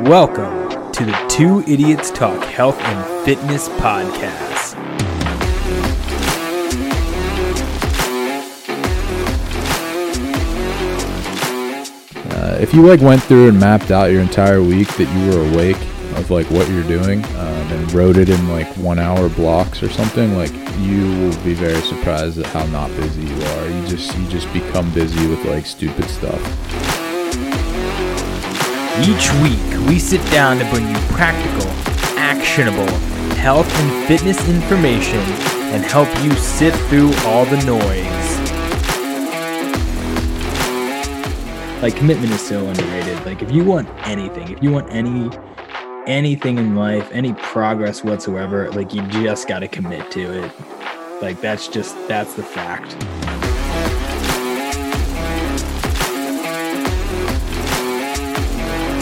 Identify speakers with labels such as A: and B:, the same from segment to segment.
A: Welcome to the Two Idiots Talk Health and Fitness Podcast.
B: Uh, if you like went through and mapped out your entire week that you were awake of like what you're doing um, and wrote it in like one hour blocks or something like you will be very surprised at how not busy you are you just you just become busy with like stupid stuff
A: Each week, we sit down to bring you practical, actionable health and fitness information and help you sit through all the noise. Like commitment is so underrated. Like if you want anything, if you want any anything in life, any progress whatsoever, like you just got to commit to it. Like that's just that's the fact.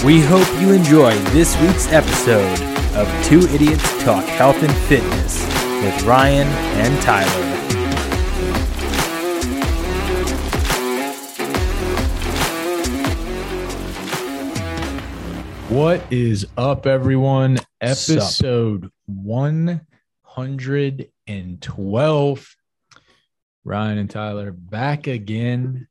A: We hope you enjoy this week's episode of Two Idiots Talk Health and Fitness with Ryan and Tyler.
B: what is up everyone
A: Sup.
B: episode 112 ryan and tyler back again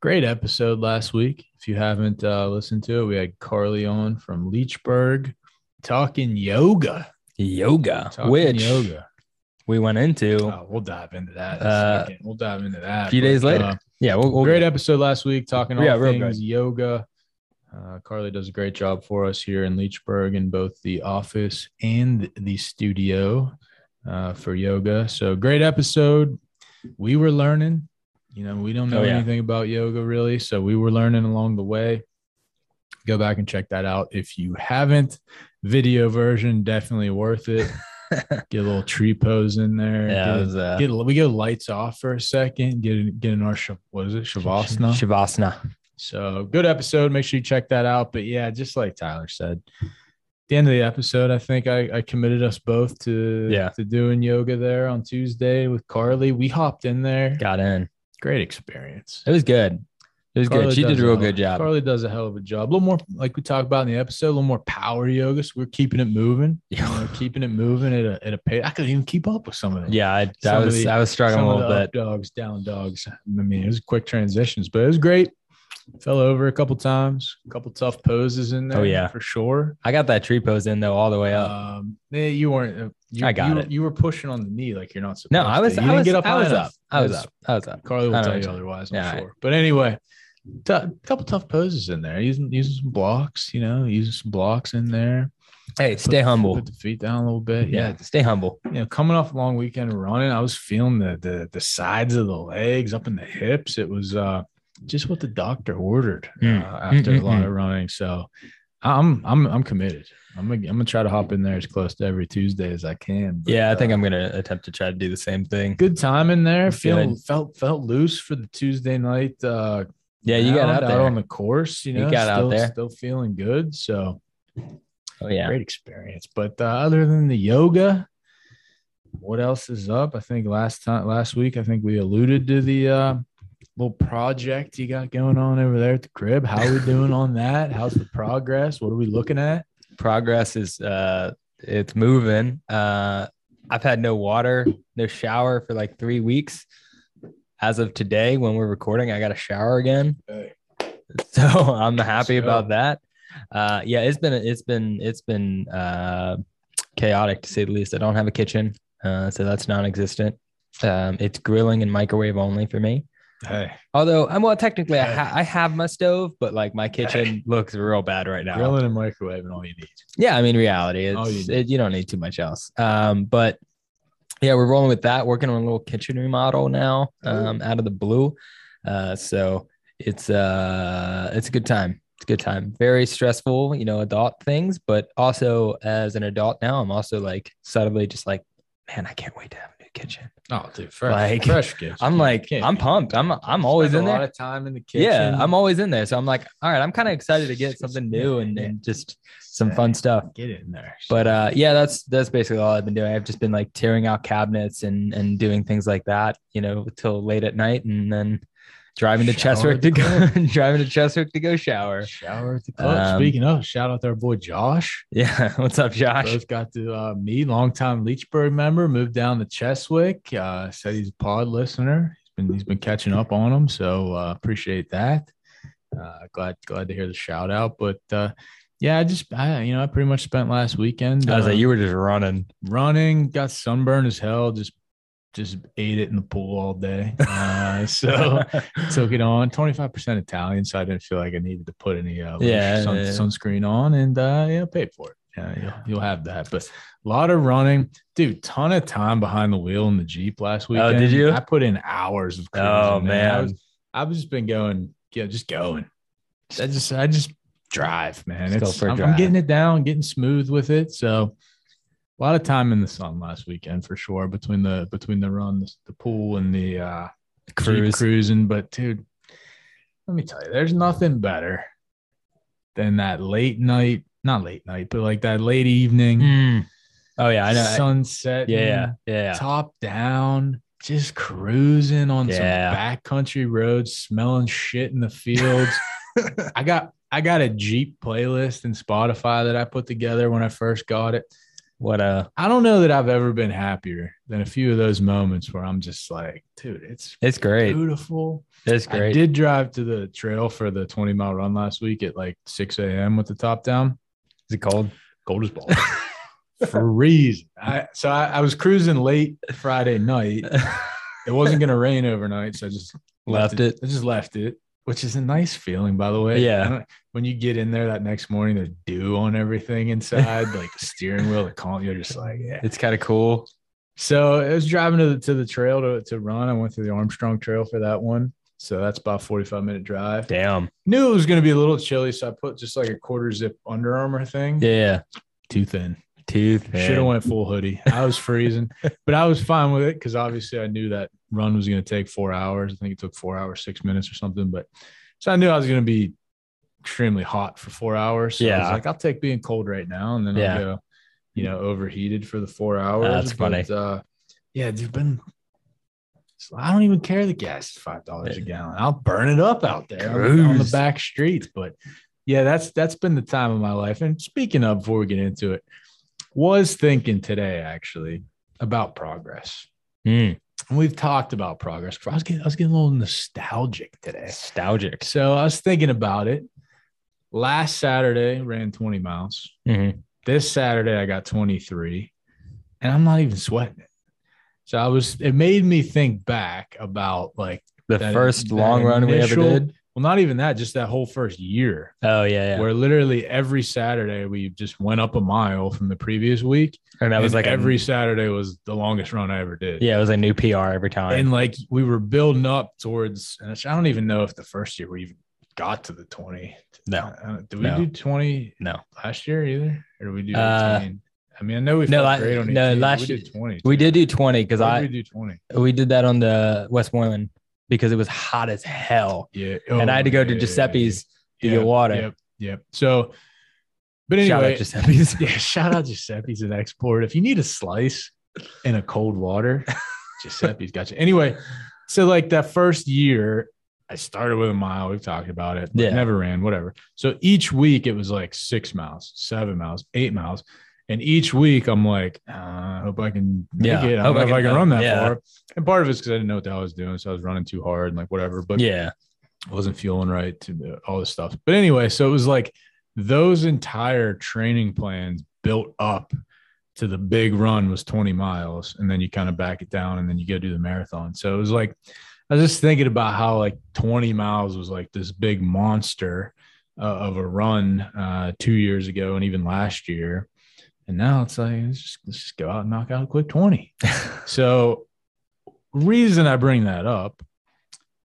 B: great episode last week if you haven't uh, listened to it we had carly on from leechburg talking yoga
A: Yoga,
B: talking
A: which
B: yoga
A: we went into.
B: Oh, we'll dive into that in a
A: Uh,
B: second. we'll dive into that uh,
A: a few days later. yeah, we'll, we'll
B: great episode last week talking all
A: Oh, Yeah, real
B: things yoga. Uh, Carly does a great job for us here in Leechburg in both the office and the studio uh, for yoga. So great episode. We were learning. You know, we don't know
A: Oh, yeah.
B: anything about yoga really, so we were learning along the way. Go back and check that out if you haven't. Video version definitely worth it. get a little tree pose in there.
A: Yeah,
B: get
A: it
B: a
A: was, uh,
B: get we go lights off for a second. Get get in our sh- what is it shavasana?
A: Shavasana.
B: So good episode. Make sure you check that out. But yeah, just like Tyler said, at the end of the episode, I think I, I committed us both to
A: Yeah.
B: to doing yoga there on Tuesday with Carly. We hopped in there.
A: Got in.
B: Great experience.
A: It was good. It was good.
B: Carly
A: She did
B: does
A: a real good job.
B: Carly does a hell of a job. A little more, like we talked about in the episode, a little more power yoga. So we're keeping it moving, you know, keeping it moving at a, at a pace. I couldn't even keep up with some of it.
A: yeah, I, I
B: Some of
A: was
B: the-
A: I was struggling
B: Some
A: a
B: of
A: little
B: the
A: bit.
B: up dogs, down dogs. I mean, it was quick transitions, but it was great. Fell over a couple times, a couple tough poses in there.
A: Oh, yeah.
B: for sure.
A: I got that tree pose in though all the way up.
B: Um, eh, you weren't. uh, You,
A: I got
B: you,
A: it.
B: You were pushing on the knee like you're not supposed.
A: no, I was
B: To.
A: I
B: You didn't
A: was,
B: get up.
A: I
B: high
A: was
B: enough.
A: up. I was
B: That's-
A: up. I was up.
B: Carly
A: I
B: will
A: know
B: tell
A: what
B: you
A: you're-
B: otherwise. I'm
A: Yeah, all right.
B: sure. But anyway, a couple tough poses in there. Using using some blocks. You know, using some blocks in there.
A: Hey,
B: Put
A: stay
B: the-
A: humble.
B: Put the feet down a little bit. yeah
A: yeah, stay humble.
B: you know, coming off a long weekend of running, I was feeling the the the sides of the legs up in the hips. It was uh just what the doctor ordered uh,
A: Mm.
B: after a lot
A: Mm-mm-mm.
B: of running. So I'm I'm I'm committed. I'm gonna, I'm gonna try to hop in there as close to every Tuesday as I can. but,
A: Yeah, I think
B: uh,
A: I'm gonna attempt to try to do the same thing.
B: good time in there.
A: Good.
B: Feeling felt felt loose for the Tuesday night. Uh,
A: Yeah, you got
B: round
A: out there.
B: on the course. You
A: You
B: know,
A: got out
B: still,
A: there.
B: still feeling good. So
A: oh yeah,
B: great experience. But uh, other than the yoga, what else is up? I think last time, last week, I think we alluded to the uh, little project you got going on over there at the crib. How we doing on that? How's the progress? What are we looking at?
A: progress is uh, it's moving. Uh, I've had no water, no shower for like three weeks. As of today, when we're recording, I got a shower again, so I'm happy
B: Let's go.
A: about that. Uh, yeah, it's been it's been it's been uh, chaotic to say the least. I don't have a kitchen, uh, so that's non-existent. Um, it's grilling and microwave only for me.
B: Hey,
A: Although, I'm well, technically, I, ha- I have my stove, but like my kitchen looks real bad right now.
B: grilling and microwave and all you need.
A: Yeah, I mean, reality. It's,
B: All Oh, you
A: you, it, you don't need too much else. Um, but yeah, we're rolling with that. Working on a little kitchen remodel now, um, out of the blue. Uh, so it's uh, it's a good time. It's a good time. Very stressful, you know, adult things, but also as an adult now, I'm also like subtly just like, man, I can't wait to have a new kitchen.
B: Oh, dude, fresh,
A: Like,
B: fresh kids.
A: I'm like,
B: Can't
A: I'm
B: be-
A: pumped. I'm I'm always
B: Spend
A: in
B: a lot
A: there.
B: of time in the kitchen.
A: Yeah, I'm always in there. So I'm like, all right, I'm kind of excited to get something new and, and just some fun stuff.
B: get in there.
A: But uh, yeah, that's that's basically all I've been doing. I've just been like tearing out cabinets and and doing things like that, you know, till late at night, and then driving to
B: Shower
A: Cheswick
B: at
A: to
B: the
A: go driving to Cheswick to go shower.
B: Shower at the club.
A: Um,
B: Speaking of, shout out to our boy Josh.
A: Yeah, what's up, Josh?
B: Both got to uh, meet, longtime Leechburg member, moved down to Cheswick. Uh, said he's a pod listener. He's been he's been catching up on him, so uh, appreciate that. Uh, glad glad to hear the shout out, but uh, yeah, I just I, you know I pretty much spent last weekend.
A: I was
B: uh,
A: like, you were just running.
B: running, got sunburned as hell, just just ate it in the pool all day. Uh, so took it on 25% Italian, so I didn't feel like I needed to put any uh,
A: Yeah,
B: sun,
A: yeah.
B: sunscreen on and uh, yeah, paid for it. Yeah, you'll, you'll have that. But a lot of running, dude, ton of time behind the wheel in the Jeep last week.
A: Oh, did you?
B: I put in hours of cruising,
A: Oh,
B: I
A: man.
B: was, I've just been going, yeah, just going. I just, I just drive, man.
A: Just go
B: It's-
A: for a
B: I'm, I'm
A: drive.
B: getting it down, getting smooth with it. So a lot of time in the sun last weekend for sure between the between the run, the, the pool, and the uh, Jeep
A: Cruise.
B: cruising. But dude, let me tell you, there's nothing better than that late night, not late night, but like that late evening
A: Mm. Oh yeah, I know. I-
B: sunset.
A: yeah, yeah.
B: top down, just cruising on
A: Yeah.
B: some backcountry roads, smelling shit in the fields. I got I got a Jeep playlist in Spotify that I put together when I first got it.
A: What a
B: I don't know that I've ever been happier than a few of those moments where I'm just like, dude, it's
A: it's great.
B: beautiful.
A: It's
B: I
A: great.
B: did drive to the trail for the 20 mile run last week at like 6 a.m. with the top down.
A: Is it cold?
B: Cold as ball. Freezing. I, so I, I was cruising late Friday night. It wasn't gonna rain overnight, so I just
A: Left it.
B: I just left it, which is a nice feeling, by the way.
A: Yeah.
B: I don't- When you get in there that next morning, there's dew on everything inside, like the steering wheel, the column. You're just like, yeah.
A: It's kind of cool.
B: So I was driving to the to the trail to, to run. I went through the Armstrong Trail for that one. So that's about 45 minute drive.
A: Damn.
B: Knew it was gonna be a little chilly, so I put just like a quarter zip Under Armour thing.
A: Yeah.
B: Too thin.
A: Tooth.
B: Should have went full hoodie. I was freezing, but I was fine with it because obviously I knew that run was going to take four hours. I think it took four hours, six minutes or something. But so I knew I was going to be extremely hot for four hours. So I was
A: Yeah.
B: like, I'll take being cold right now, and then
A: Yeah.
B: I'll go, you know, overheated for the four hours.
A: That's funny.
B: But, Uh, yeah, dude, been. I don't even care. The gas is five dollars a gallon. I'll burn it up out there on the- on the
A: Cruise.
B: back streets. But yeah, that's that's been the time of my life. And speaking of, before we get into it, was thinking today actually about progress.
A: Mm.
B: And we've talked about progress. I was getting I was getting a little nostalgic today.
A: Nostalgic.
B: So I was thinking about it. Last Saturday ran 20 miles.
A: Mhm.
B: This Saturday I got 23 and I'm not even sweating it. So I was it made me think back about like
A: The
B: that-
A: first
B: that
A: long run we ever
B: initial-
A: did.
B: well not even that just that whole first year
A: Oh yeah, yeah.
B: where literally every Saturday we just went up a mile from the previous week
A: And that was
B: and
A: like
B: every
A: every.
B: Saturday was the longest run I ever did.
A: yeah, it was a new PR every time.
B: And like we were building up towards, and I don't even know if the first year we even got to the 20.
A: no,
B: Uh, did we
A: No.
B: do 20
A: no.
B: last year either? Or did we do 18?
A: Uh,
B: I mean, I know we
A: no,
B: felt
A: I-
B: great on 18.
A: no,
B: but
A: last
B: we
A: year-
B: did 20.
A: We
B: too.
A: did do twenty because
B: Why did
A: I
B: we do 20.
A: we did that on the Westmoreland because it was hot as hell,
B: Yeah.
A: and I had to go
B: Oh,
A: to
B: yeah,
A: Giuseppe's to
B: yeah,
A: get water.
B: Yep. Yep. So, but anyway,
A: Shout out Giuseppe's.
B: yeah, shout out Giuseppe's an export. If you need a slice in a cold water, Giuseppe's got you. Anyway, so like that first year, I started with a mile. We've talked about it. but
A: Yeah.
B: Never ran, whatever. So each week it was like six miles, seven miles, eight miles. And each week I'm like, uh, I hope I can make
A: Yeah,
B: it.
A: hope
B: I don't know
A: I
B: if I
A: can-
B: can run that
A: yeah.
B: far. And part of it's because I didn't know what the hell I was doing. So I was running too hard and like whatever. But
A: yeah,
B: wasn't feeling right to uh, all this stuff. But anyway, so it was like those entire training plans built up to the big run was 20 miles and then you kind of back it down and then you go do the marathon. So it was like I was just thinking about how like 20 miles was like this big monster uh, of a run uh 2 years ago and even last year. And now it's like let's just, let's just go out and knock out a quick 20. So reason I bring that up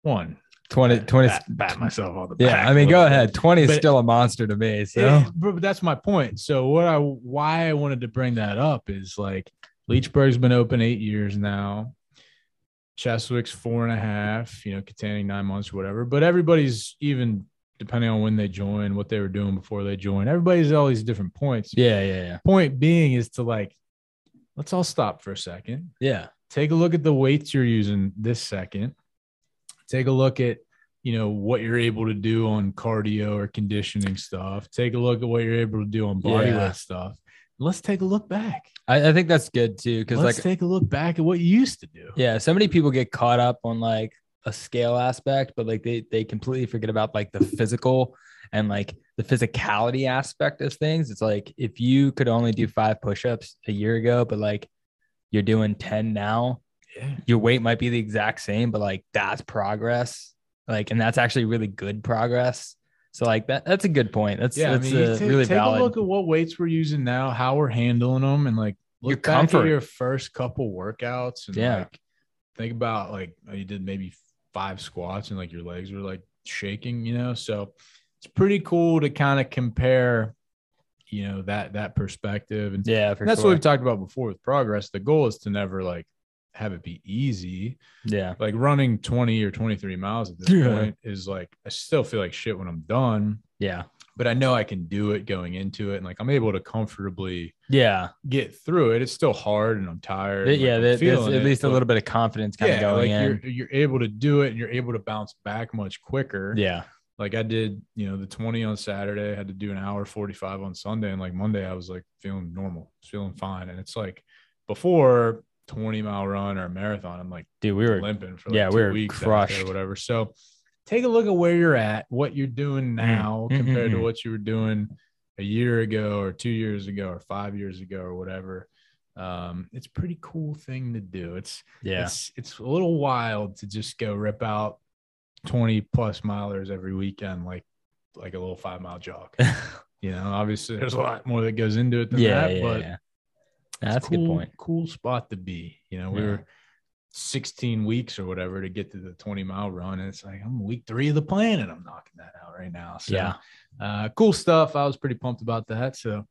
B: one
A: 20, 20
B: bat, bat myself on the back
A: Yeah, I
B: a
A: mean,
B: little
A: go
B: bit.
A: ahead. Twenty is
B: But-
A: still a monster to me. So
B: Yeah, but that's my point. So what I why I wanted to bring that up is like Leechburg's been open eight years now. Cheswick's four and a half, you know, containing nine months or whatever. But everybody's even depending on when they join, what they were doing before they joined, everybody's at all these different points.
A: yeah, yeah, yeah,
B: Point being is to like, let's all stop for a second
A: yeah.
B: take a look at the weights you're using this second Take a look at you know what you're able to do on cardio or conditioning stuff. Take a look at what you're able to do on body
A: Yeah.
B: weight stuff. Let's take a look back.
A: I, I think that's good too because
B: Let's
A: like
B: take a look back at what you used to do.
A: yeah, so many people get caught up on like a scale aspect, but like they they completely forget about like the physical and like the physicality aspect of things. It's like if you could only do five push-ups a year ago, but like you're doing 10 now,
B: Yeah.
A: your weight might be the exact same, but like that's progress. Like, and that's actually really good progress. So like that that's a good point. That's
B: Yeah,
A: that's
B: I mean, you
A: uh,
B: ta-
A: really
B: take
A: valid.
B: a look at what weights we're using now, how we're handling them, and like look
A: Your
B: back
A: comfort.
B: at your first couple workouts, and
A: Yeah.
B: like think about like oh, you did maybe five squats and like your legs were like shaking, you know. So it's pretty cool to kind of compare, you know, that that perspective, and
A: yeah, for
B: that's
A: sure.
B: what we've talked about before with progress. The goal is to never like have it be easy,
A: yeah.
B: like running 20 or 23 miles at this
A: Yeah.
B: point is like I still feel like shit when I'm done
A: Yeah.
B: but I know I can do it going into it. And like I'm able to comfortably
A: Yeah.
B: get through it. It's still hard and I'm tired.
A: Th-
B: and, like,
A: yeah.
B: I'm
A: That, that's
B: feeling
A: at
B: it,
A: least a
B: but
A: little bit of confidence kind
B: yeah,
A: of going
B: like
A: in.
B: You're, you're able to do it and you're able to bounce back much quicker.
A: Yeah.
B: Like I did, you know, the 20 on Saturday, I had to do an hour 45 on Sunday. And like Monday, I was like feeling normal, feeling fine. And it's like before 20 mile run or a marathon, I'm like,
A: Dude, we were
B: limping for like
A: yeah,
B: two
A: we were
B: weeks after
A: crushed.
B: or whatever. So take a look at where you're at, what you're doing now
A: mm,
B: compared
A: mm.
B: to what you were doing a year ago or two years ago or five years ago or whatever. Um, it's a pretty cool thing to do. It's
A: yeah.
B: it's it's a little wild to just go rip out 20 plus milers every weekend, like like a little five mile jog.
A: yeah.
B: You know, obviously there's a lot more that goes into it than
A: Yeah.
B: that, but
A: yeah. That's a
B: cool,
A: good point.
B: Cool spot to be. You know, we
A: Yeah.
B: were 16 weeks or whatever to get to the 20 mile run. And it's like, I'm week three of the plan and I'm knocking that out right now. So,
A: Yeah.
B: uh, cool stuff. I was pretty pumped about that. So,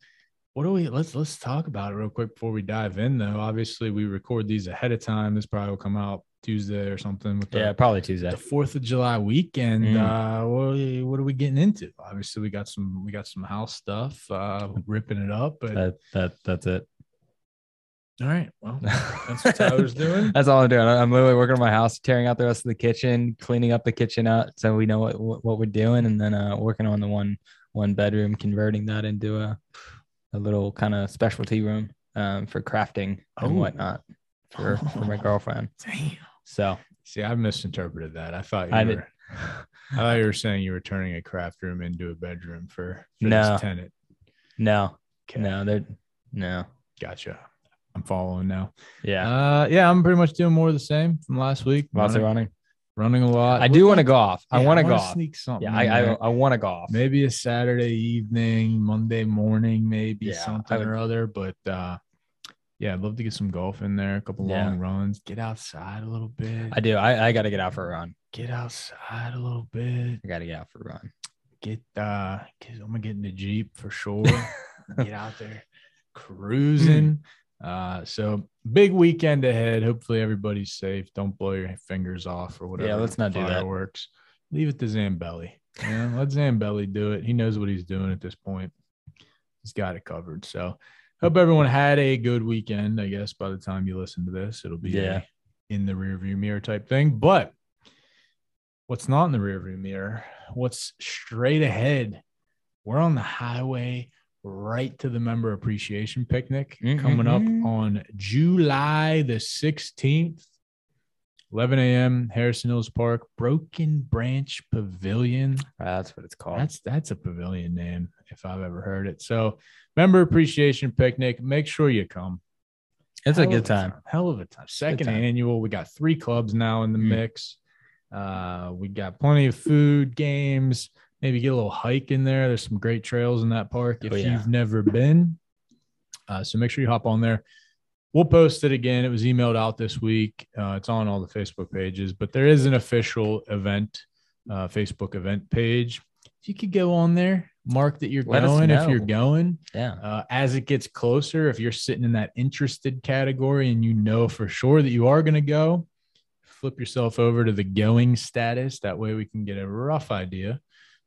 B: what do we let's let's talk about it real quick before we dive in though. Obviously, we record these ahead of time. This probably will come out Tuesday or something with the,
A: Yeah. Probably Tuesday.
B: the Fourth of July weekend.
A: Mm.
B: Uh, what, are we, what are we getting into? Obviously, we got some we got some house stuff, uh, ripping it up. But
A: That, that, that's it.
B: all right, well, That's what Tyler's doing.
A: That's all I'm doing. I'm literally working on my house, tearing out the rest of the kitchen, cleaning up the kitchen out so we know what what, what we're doing, and then uh, working on the one one bedroom, converting that into a a little kind of specialty room um, for crafting and
B: Oh.
A: whatnot for, for my girlfriend.
B: Damn.
A: So
B: See, I misinterpreted that. I thought you
A: I
B: were.
A: did-
B: I thought you were saying you were turning a craft room into a bedroom for, for
A: No.
B: this tenant.
A: no,
B: Okay.
A: no, they're no,
B: Gotcha. I'm following now.
A: yeah,
B: Uh, yeah, I'm pretty much doing more of the same from last week.
A: lots of
B: running,
A: running.
B: running a lot.
A: I do want to
B: go.
A: golf. I want to
B: go
A: golf.
B: Sneak something.
A: Yeah,
B: in
A: I I,
B: there.
A: I want to golf.
B: maybe a Saturday evening, Monday morning, maybe
A: Yeah, I
B: something
A: would-
B: or other. But uh, yeah, I'd love to get some golf in there. A couple
A: Yeah.
B: long runs. Get outside a little bit.
A: I do. I, I got to get out for a run.
B: get outside a little bit.
A: I got to get out for a run.
B: get uh get, I'm gonna get in the Jeep for sure. get out there
A: Mm.
B: cruising. Uh so big weekend ahead. Hopefully everybody's safe. Don't blow your fingers off or whatever.
A: let's not do that.
B: Fireworks. Leave it to Zambelli. Yeah, let Zambelli do it. He knows what he's doing at this point. He's got it covered. So hope everyone had a good weekend. I guess by the time you listen to this, it'll be a
A: Yeah.
B: in the rearview mirror type thing. But what's not in the rearview mirror, what's straight ahead. We're on the highway right to the member appreciation picnic coming up
A: Mhm.
B: on July the 16th, 11 a.m. Harrison Hills Park, Broken Branch Pavilion.
A: Uh, That's what it's called.
B: That's that's a pavilion name if I've ever heard it. So member appreciation picnic. Make sure you come.
A: it's a
B: Hell
A: good
B: of
A: time.
B: Hell of a time. Second
A: time.
B: annual. We got three clubs now in the
A: Mm.
B: mix. Uh, we got plenty of food, games, maybe get a little hike in there. There's some great trails in that park if
A: Oh, yeah.
B: you've never been. Uh, so make sure you hop on there. We'll post it again. It was emailed out this week. Uh, it's on all the Facebook pages, but there is an official event, uh, Facebook event page. If you could go on there, mark that you're
A: Let us
B: going if
A: know.
B: you're going.
A: Yeah.
B: Uh, as it gets closer, if you're sitting in that interested category and you know for sure that you are going to go, flip yourself over to the going status. That way we can get a rough idea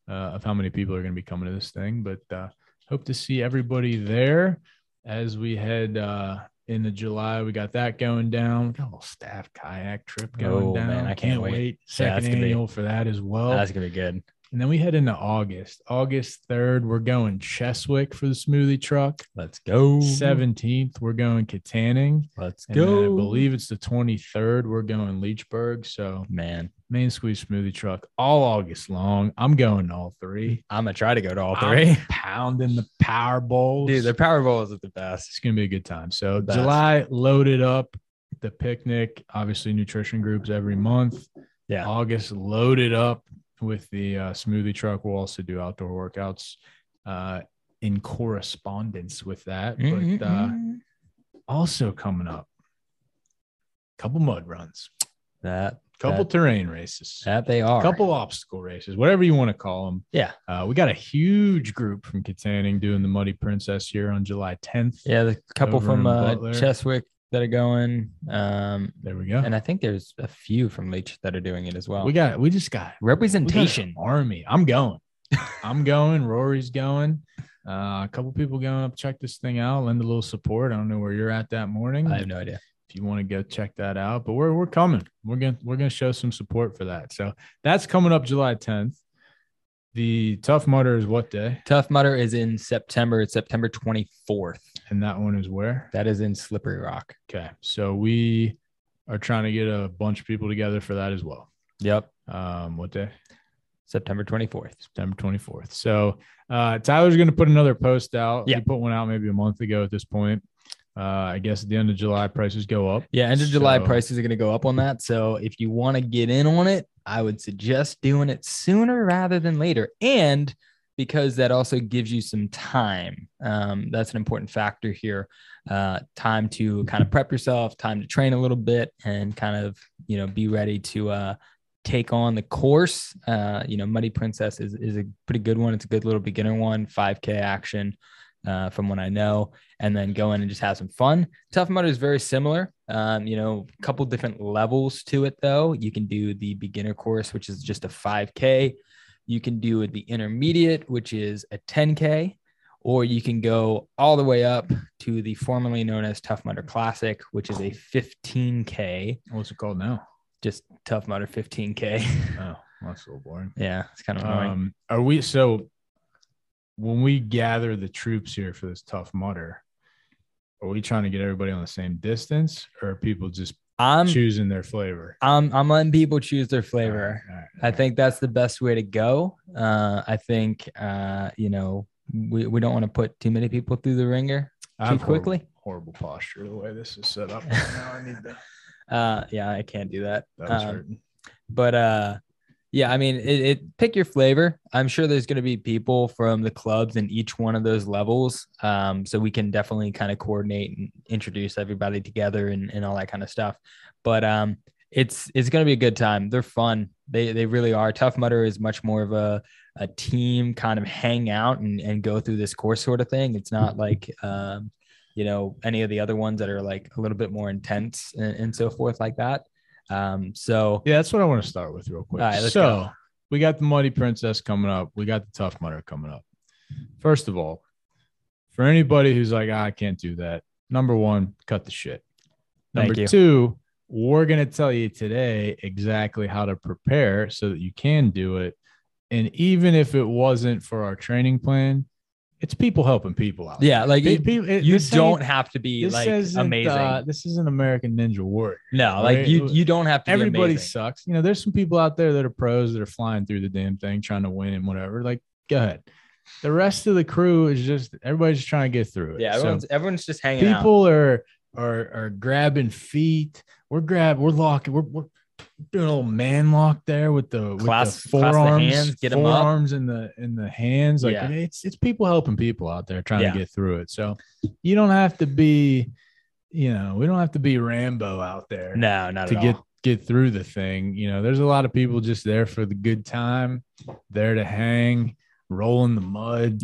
B: uh, of how many people are going to be coming to this thing. But uh, hope to see everybody there as we head uh, in the July. We got that going down. We got a little staff kayak trip going
A: Oh,
B: down.
A: man, I can't wait. that's
B: Second
A: gonna be-
B: annual for that as well.
A: That's gonna be good.
B: and then we head into August. August 3rd, we're going Cheswick for the smoothie truck.
A: Let's go.
B: 17th, we're going Katanning.
A: Let's
B: And then I
A: go.
B: believe it's the 23rd, we're going Leechburg. So
A: Man,
B: main squeeze smoothie truck all August long. I'm going to all three.
A: I'm gonna try to go to all
B: I'm
A: 3
B: pounding the Power Bowls.
A: Dude, the Power Bowls are the best.
B: it's gonna be a good time. So
A: Best.
B: July loaded up the picnic, obviously nutrition groups every month.
A: Yeah.
B: August loaded up with the uh, smoothie truck. We'll also do outdoor workouts uh, in correspondence with that.
A: Mm-hmm,
B: But uh, also coming up, couple mud runs,
A: that
B: couple
A: That-
B: terrain races.
A: that they are.
B: Couple obstacle races, whatever you want to call them.
A: Yeah.
B: Uh, we got a huge group from Katanning doing the Muddy Princess here on July 10th.
A: Yeah, the couple
B: over
A: from
B: in
A: uh,
B: Butler.
A: Cheswick that are going. Um,
B: There we go.
A: and uh, I think there's a few from Leach that are doing it as well.
B: We got we just got we got an
A: representation.
B: army. I'm going. I'm going. Rory's going. Uh, a couple people going up. Check this thing out. Lend a little support. I don't know where you're at that morning.
A: I have no idea.
B: if you want to go check that out, but we're we're coming. We're gonna we're gonna show some support for that. So that's coming up July 10th. The Tough Mudder is what day,
A: Tough Mudder is in September. It's September 24th.
B: and that one is where.
A: That is in Slippery Rock.
B: Okay, so we are trying to get a bunch of people together for that as well.
A: Yep.
B: Um, what day?
A: September 24th.
B: September 24th. So uh, Tyler's going to put another post out.
A: Yeah.
B: He put one out maybe a month ago at this point. Uh, I guess at the end of July, prices go up.
A: Yeah, end of July
B: So-
A: prices are going to go up on that. So if you want to get in on it, I would suggest doing it sooner rather than later. And because that also gives you some time. Um, that's an important factor here. Uh, time to kind of prep yourself, time to train a little bit, and kind of you know be ready to uh, take on the course. Uh, you know, Muddy Princess is is a pretty good one. It's a good little beginner one, 5K action, uh, from what I know, and then go in and just have some fun. Tough Mudder is very similar. Um, you know, a couple different levels to it though. You can do the beginner course, which is just a 5K. You can do the intermediate, which is a 10K, or you can go all the way up to the formerly known as Tough Mudder Classic, which is a 15K.
B: What's it called now?
A: Just Tough Mudder 15K.
B: Oh, that's a little boring.
A: yeah, it's kind of annoying.
B: Um, are we so when we gather the troops here for this tough mutter? Are we trying to get everybody on the same distance, or are people just
A: I'm
B: choosing their flavor?
A: I'm I'm letting people choose their Um, flavor.
B: All right, all right, all
A: I
B: right.
A: think that's the best way to go. Uh, I think uh, you know we, we don't want to put too many people through the ringer.
B: I have
A: too quickly.
B: Horrible, horrible posture the way this is set up. Right now I need to.
A: Uh, yeah, I can't do that.
B: That was
A: Um,
B: hurting.
A: but uh, yeah, I mean, it, it pick your flavor. I'm sure there's going to be people from the clubs in each one of those levels. Um, so we can definitely kind of coordinate and introduce everybody together and, and all that kind of stuff. But um, it's it's going to be a good time. They're fun. They they really are. Tough Mudder is much more of a a team kind of hang out and, and go through this course sort of thing. It's not like um, you know any of the other ones that are like a little bit more intense and, and so forth like that. Um, so
B: Yeah, that's what I want to start with real quick.
A: All right, let's
B: so we got the Muddy Princess coming up. We got the Tough Mudder coming up. First of all, for anybody who's like, "Ah, I can't do that, number one, cut the shit.
A: Thank
B: Number
A: you.
B: two, we're going to tell you today exactly how to prepare so that you can do it. And even if it wasn't for our training plan, it's people helping people out.
A: Yeah, like
B: Pe-
A: it,
B: pe- it-
A: you
B: this ain't-
A: don't have to be
B: this
A: like
B: isn't,
A: amazing.
B: uh, this is an American Ninja Warrior.
A: no, like you
B: right?
A: you don't have to.
B: everybody
A: Everybody, be
B: sucks. You know, there's some people out there that are pros that are flying through the damn thing trying to win and whatever. Like, go ahead. The rest of the crew is just everybody's just trying to get through
A: amazing.
B: it.
A: yeah,
B: So
A: everyone's everyone's just hanging out.
B: people are are are grabbing feet. We're grab. We're locking. We're, we're doing a little man lock there with
A: Clasp-
B: the with the
A: clasp the
B: forearms,
A: hands, get 'em up.
B: forearms in the in the hands. Like
A: Yeah.
B: it's it's people helping people out there trying
A: Yeah.
B: to get through it. So you don't have to be, you know, we don't have to be Rambo out there
A: No, not
B: to
A: at
B: get
A: all.
B: get through the thing. You know, there's a lot of people just there for the good time, there to hang, roll in the mud,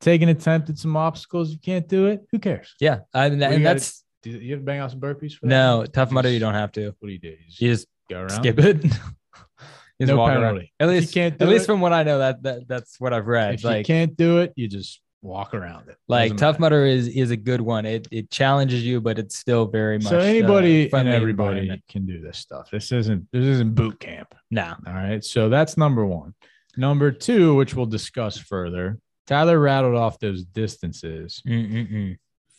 B: taking attempt at some obstacles. You can't do it. Who cares?
A: Yeah, I mean, that,
B: We
A: and
B: gotta-
A: that's
B: Do you have to bang out some burpees for that?
A: no tough mudder. You
B: Just-
A: don't have to.
B: What do you do? You just
A: You just
B: go around.
A: skip it. You just
B: No
A: walk around.
B: penalty.
A: At
B: If you
A: least,
B: can't
A: at
B: do
A: least
B: it-
A: from what I know, that, that that's what I've read.
B: If you
A: like
B: can't do it, you just walk around it.
A: Like
B: Doesn't
A: Tough
B: matter.
A: Mudder is is a good one. It it challenges you, but it's still very much
B: So
A: uh,
B: anybody and
A: friendly
B: everybody
A: environment.
B: can do this stuff. This isn't this isn't boot camp.
A: No,
B: All right. So that's number one. Number two, which we'll discuss further. Tyler rattled off those distances.
A: Mm-mm-mm.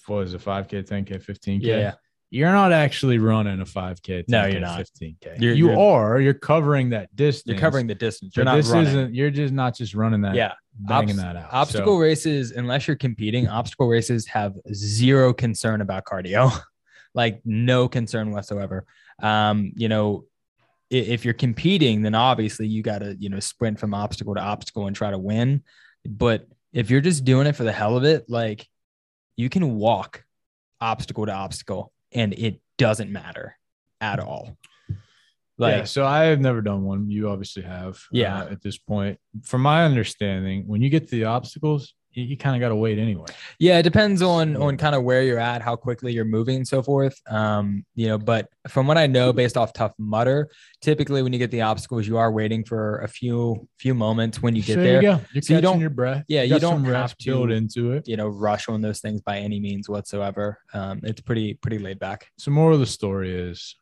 B: What was it, 5K, 10K, 15K?
A: yeah, yeah.
B: You're not actually running a 5K, 10K,
A: No, you're not.
B: 15K.
A: You're-
B: you
A: you're-
B: are. You're covering that distance.
A: you're covering the distance. You're
B: but
A: not
B: this
A: running.
B: isn't you're just not just running that,
A: yeah,
B: banging
A: Obst-
B: that out. So-
A: Obstacle races, unless you're competing, obstacle races have zero concern about cardio, like no concern whatsoever. Um, you know, i- if you're competing, then obviously you got to, you know, sprint from obstacle to obstacle and try to win. But if you're just doing it for the hell of it, like you can walk obstacle to obstacle and it doesn't matter at all. Like,
B: yeah, so I have never done one. You obviously have. uh,
A: Yeah.
B: at this point, from my understanding, when you get to the obstacles, you, you kind of got to wait anyway.
A: Yeah, it depends on
B: So-
A: on kind of where you're at, how quickly you're moving, and so forth. Um, you know, but from what I know, based off Tough Mudder, typically when you get the obstacles, you are waiting for a few few moments when you get
B: So
A: there. You,
B: You go. You're
A: So you
B: catching
A: don't-
B: your breath.
A: yeah, you
B: got some
A: don't have
B: rest
A: to-
B: built into it.
A: know, rush on those things by any means whatsoever. Um, it's pretty pretty laid back.
B: So, moral of the story is,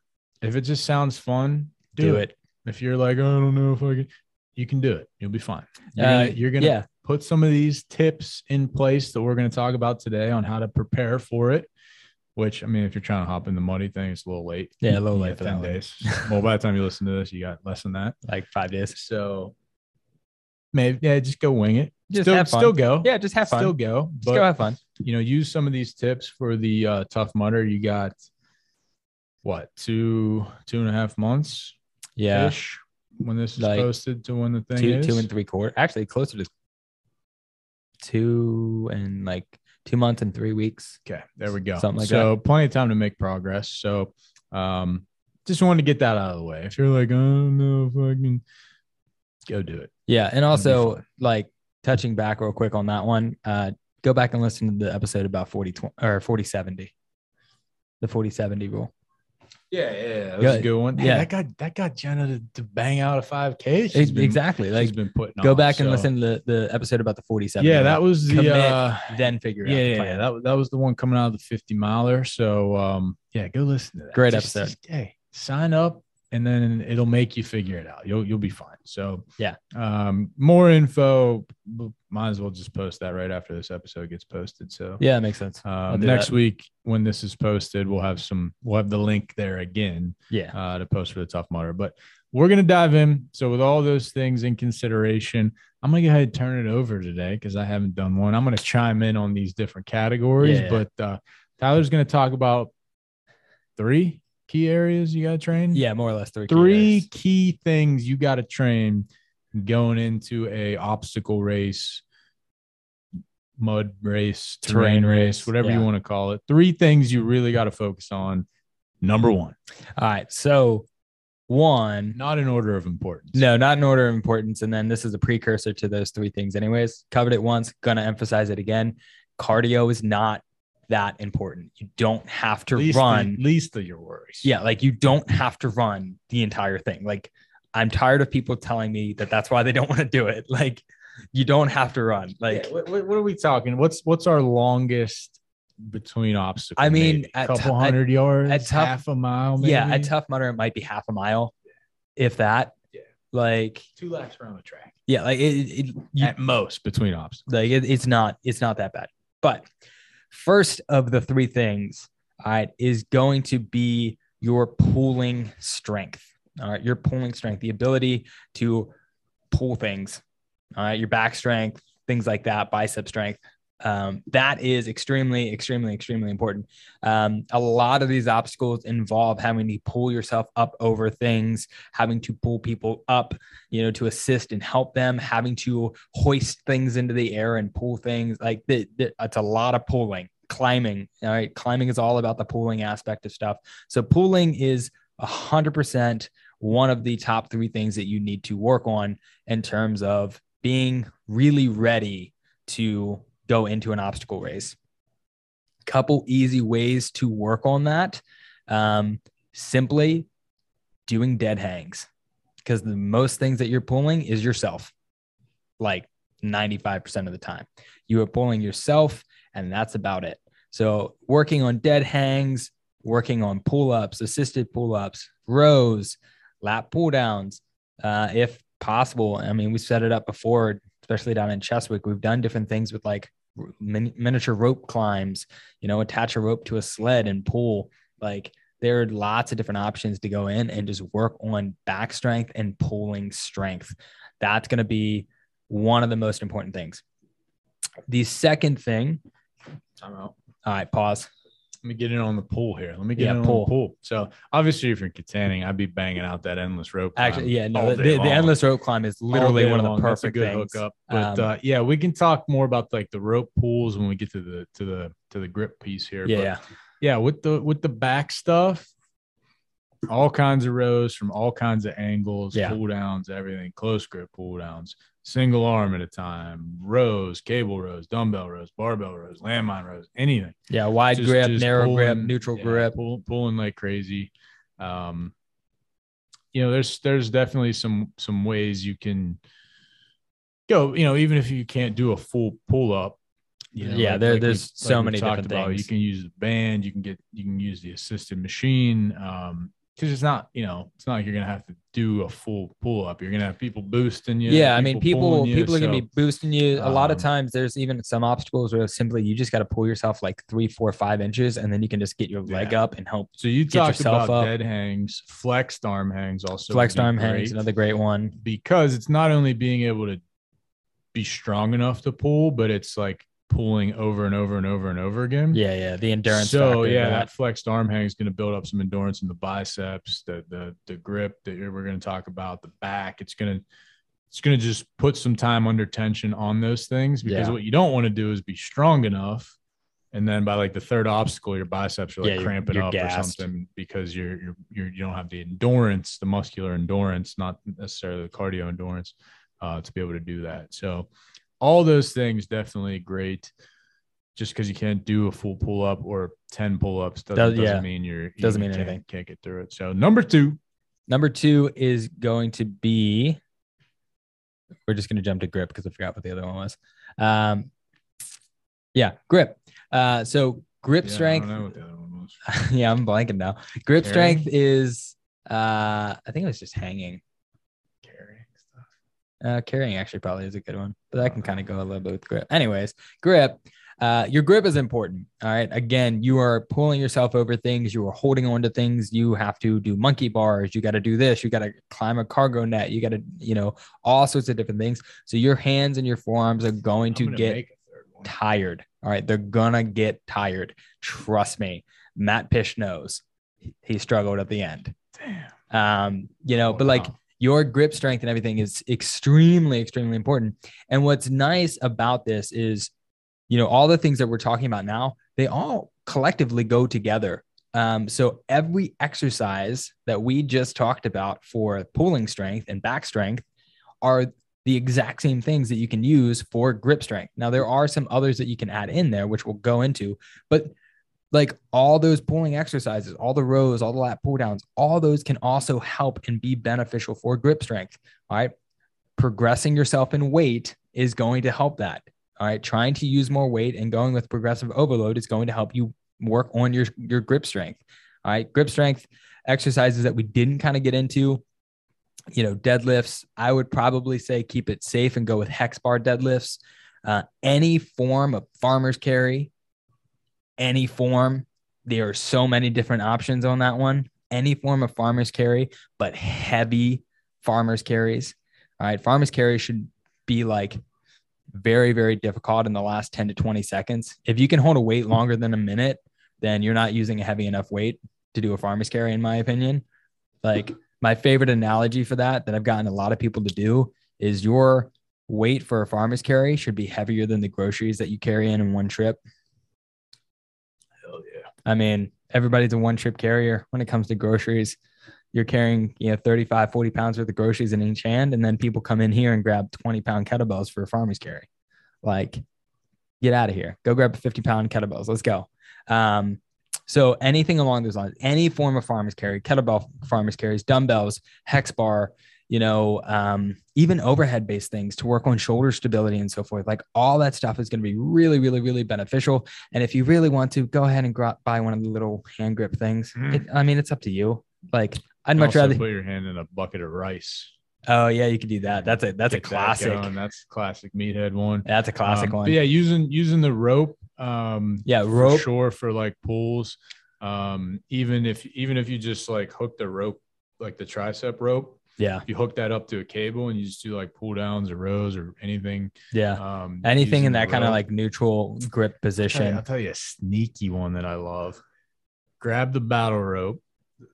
B: if it just sounds fun, do,
A: Do
B: it.
A: it.
B: If you're like, "Oh, I don't know if I can, you can do it. You'll be fine. You're
A: Uh,
B: gonna, you're gonna
A: yeah.
B: put some of these tips in place that we're gonna talk about today on how to prepare for it. Which I mean, if you're trying to hop in the muddy thing, it's a little late.
A: Yeah, a little
B: You
A: late
B: got
A: for that one.
B: days. well, by the time you listen to this, you got less than that.
A: Like five days.
B: So maybe yeah, just go wing it.
A: Just
B: still,
A: have fun.
B: still go.
A: Yeah, just have fun.
B: still go.
A: just
B: But
A: go have fun.
B: you know, use some of these tips for the uh, tough mudder. You got what two two and a half months
A: Yeah,
B: ish when this is
A: Like,
B: posted to when the thing
A: two
B: is
A: two and three quarter. Actually, closer to two and like two months and three weeks.
B: Okay, there we go.
A: Something like
B: so plenty of time to make progress. So um just wanted to get that out of the way. If you're like, I don't know if I can go do it.
A: Yeah, and
B: be
A: also
B: fun.
A: like touching back real quick on that one, uh, go back and listen to the episode about 40 tw- or 40 70. The 40 70 rule.
B: Yeah, yeah, that
A: Yeah,
B: was a good one. Hey,
A: yeah.
B: that got that got Jenna to, to bang out a five k.
A: Ex- exactly. Like
B: she's been putting.
A: go
B: on,
A: back and
B: so-
A: listen to the, the episode about the 40 70.
B: Yeah, that was the.
A: Commit.
B: Uh,
A: then figure
B: yeah,
A: out. the
B: yeah, yeah,
A: plan.
B: that that was the one coming out of the fifty miler. So um, yeah, go listen to that.
A: Great
B: Just-
A: episode.
B: Hey, sign up, and then it'll make you figure it out. You'll you'll be fine. So
A: Yeah.
B: um, more info. b- Might as well just post that right after this episode gets posted. So
A: Yeah, that makes sense.
B: uh,
A: do
B: next
A: that.
B: week when this is posted, we'll have some. We'll have the link there again
A: Yeah.
B: uh, to post for the Tough Mudder. But we're going to dive in. So, with all those things in consideration, I'm going to go ahead and turn it over today because I haven't done one. I'm going to chime in on these different categories.
A: Yeah.
B: But uh, Tyler's going to talk about three key areas you got to train.
A: Yeah, more or less three. key
B: Three
A: areas.
B: key things you got to train going into a obstacle race, mud race, terrain,
A: Terrain
B: race,
A: race,
B: whatever you
A: yeah.
B: want to call it. Three things you really got to focus on. Number one,
A: All right. So one,
B: not in order of importance.
A: No, not in order of importance. And then this is a precursor to those three things, anyways. Covered it once, gonna emphasize it again. Cardio is not that important. You don't have to
B: least
A: run.
B: The, least of your worries.
A: yeah, like you don't have to run the entire thing. Like I'm tired of people telling me that that's why they don't want to do it. Like you don't have to run. Like
B: Like, what, what what are we talking? What's what's our longest between obstacles?
A: I mean,
B: a
A: at
B: couple
A: tou- at-
B: hundred yards,
A: at tough-
B: half a mile. Maybe?
A: yeah, at Tough Mudder it might be half a mile, if that.
B: Yeah.
A: Like
B: two laps around the track
A: yeah, like it, it it- you,
B: at most between obstacles.
A: Like it, it's not it's not that bad. But first of the three things, all right, is going to be your pulling strength. All right, your pulling strength, the ability to pull things. All right, your back strength, things like that, bicep strength. Um, that is extremely, extremely, extremely important. Um, a lot of these obstacles involve having to pull yourself up over things, having to pull people up, you know, to assist and help them, having to hoist things into the air and pull things like that. It's a lot of pulling, climbing. All right. Climbing is all about the pulling aspect of stuff. So pulling is a hundred percent one of the top three things that you need to work on in terms of being really ready to go into an obstacle race. Couple easy ways to work on that. Um, simply doing dead hangs because the most things that you're pulling is yourself. Like 95% of the time. You are pulling yourself, and that's about it. So, working on dead hangs, working on pull ups, assisted pull ups, rows, lap pull downs, uh, if possible. I mean, we set it up before, especially down in Cheswick. We've done different things with like min- miniature rope climbs, you know, attach a rope to a sled and pull. Like, there are lots of different options to go in and just work on back strength and pulling strength. That's going to be one of the most important things. The second thing,
B: I'm out.
A: all right, pause.
B: Let me get in on the pool here. Let me get
A: Yeah,
B: in on
A: pool.
B: the pool. So obviously, if you're Katanning, I'd be banging out that endless rope. climb
A: Actually, yeah,
B: all
A: no, the,
B: day
A: the
B: long.
A: endless rope climb is
B: All
A: literally
B: day
A: one of
B: long.
A: the
B: That's a
A: perfect
B: good
A: things.
B: hookup. But
A: Um,
B: uh, yeah, we can talk more about like the rope pulls when we get to the to the to the grip piece here.
A: yeah,
B: But
A: yeah.
B: yeah with the with the back stuff all kinds of rows from all kinds of angles
A: Yeah.
B: pull downs everything close grip pull downs single arm at a time rows cable rows dumbbell rows barbell rows landmine rows anything
A: Yeah, wide
B: Just-
A: grip,
B: just
A: narrow grip,
B: pulling-
A: neutral
B: yeah,
A: grip.
B: pull, pulling like crazy um you know there's there's definitely some some ways you can go you know even if you can't do a full pull up you know,
A: Yeah, there- there's
B: we've-
A: so
B: we've
A: many
B: talked
A: different
B: You
A: things.
B: can use the band, you can get, you can use the assisted machine. Um, because it's not, you know, it's not like you're gonna have to do a full pull up. You're gonna have people boosting you.
A: Yeah, I mean, people
B: pulling you,
A: people are gonna
B: so-
A: be boosting you. a lot of
B: um,
A: times, there's even some obstacles where simply you just got to pull yourself like three, four, five inches, and then you can just get your leg
B: Yeah.
A: up and help.
B: So you talked
A: yourself
B: about
A: up.
B: dead hangs, flexed arm hangs, also
A: Flexed
B: would be
A: arm hangs,
B: great
A: another great one.
B: because it's not only being able to be strong enough to pull, but it's like pulling over and over and over and over again.
A: Yeah, yeah, the endurance.
B: So
A: factor of
B: yeah, that.
A: that.
B: flexed arm hang is going to build up some endurance in the biceps, the the the grip that you're- we're going to talk about, the back. It's going to it's going to just put some time under tension on those things because
A: Yeah.
B: what you don't want to do is be strong enough, and then by like the third obstacle, your biceps are like
A: Yeah, you're-
B: cramping
A: you're
B: up or
A: gassed.
B: something because you're, you're you're you don't have the endurance, the muscular endurance, not necessarily the cardio endurance, uh, to be able to do that. So all those things definitely great. Just because you can't do a full pull up or ten pull ups doesn't,
A: Does-
B: doesn't
A: yeah.
B: mean you're you
A: Doesn't mean
B: can't-
A: anything.
B: Can't get through it. So number two,
A: Number two is going to be. We're just going to jump to grip because I forgot what the other one was. Um, yeah, grip. Uh, so grip
B: Yeah, I
A: strength.
B: don't know what the other one was.
A: yeah, I'm blanking now. Grip
B: Carry?
A: strength is. Uh, I think it was just hanging.
B: Carrying stuff.
A: Uh, carrying actually probably is a good one, but I can kind of go a little bit with grip. Anyways, grip. Uh, your grip is important. All right. Again, you are pulling yourself over things. You are holding on to things. You have to do monkey bars. You got to do this. You got to climb a cargo net. You got to, you know, all sorts of different things. So your hands and your forearms are going
B: I'm
A: to
B: gonna
A: get
B: make a third one.
A: tired. All right. They're going to get tired. Trust me. Matt Pish knows He- he struggled at the end.
B: Damn.
A: Um, you know,
B: Oh,
A: but like
B: wow.
A: your grip strength and everything is extremely, extremely important. And what's nice about this is, you know, all the things that we're talking about now, they all collectively go together. Um, so every exercise that we just talked about for pulling strength and back strength are the exact same things that you can use for grip strength. Now, there are some others that you can add in there, which we'll go into, but like all those pulling exercises, all the rows, all the lat pull downs, all those can also help and be beneficial for grip strength. All right. Progressing yourself in weight is going to help that. All right. Trying to use more weight and going with progressive overload is going to help you work on your, your grip strength. All right. Grip strength exercises that we didn't kind of get into, you know, deadlifts, I would probably say keep it safe and go with hex bar deadlifts. Uh, any form of farmer's carry, any form. There are so many different options on that one. Any form of farmer's carry, but heavy farmer's carries. All right. Farmer's carry should be like very, very difficult in the last 10 to 20 seconds. If you can hold a weight longer than a minute, then you're not using a heavy enough weight to do a farmer's carry, in my opinion. Like my favorite analogy for that, that I've gotten a lot of people to do is your weight for a farmer's carry should be heavier than the groceries that you carry in in one trip.
B: Hell yeah.
A: I mean, everybody's a one trip carrier when it comes to groceries. You're carrying, you know, 35, 40 pounds worth of groceries in each hand. And then people come in here and grab 20 pound kettlebells for a farmer's carry. Like, get out of here. Go grab 50 pound kettlebells. Let's go. Um, so anything along those lines, any form of farmer's carry, kettlebell farmer's carries, dumbbells, hex bar, you know, um, even overhead based things to work on shoulder stability and so forth. Like all that stuff is going to be really, really, really beneficial. And if you really want to, go ahead and gro- buy one of the little hand grip things.
B: Mm.
A: It, I mean, it's up to you. Like I'd
B: And
A: much
B: also
A: rather.
B: put your hand in a bucket of rice.
A: Oh yeah, you could do that. That's a that's a
B: Get that
A: classic.
B: going. That's a classic meathead one.
A: That's a classic
B: Um, but
A: one. Yeah,
B: Yeah, using using the rope. Um,
A: rope.
B: for sure for like pools. Um, even if even if you just like hook the rope, like the tricep rope,
A: Yeah,
B: if you hook that up to a cable and you just do like pull downs or rows or anything.
A: yeah.
B: Um,
A: Anything
B: using
A: in
B: the
A: that kind of
B: rope. Oh,
A: like neutral grip
B: I'll tell, you,
A: position.
B: I'll tell you a sneaky one that I love. Grab the battle rope,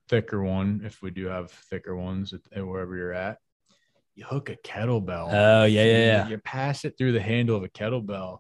B: thicker one if we do have thicker ones at, at wherever you're at. You hook a kettlebell.
A: Oh yeah,
B: You-
A: yeah, yeah.
B: You pass it through the handle of a kettlebell.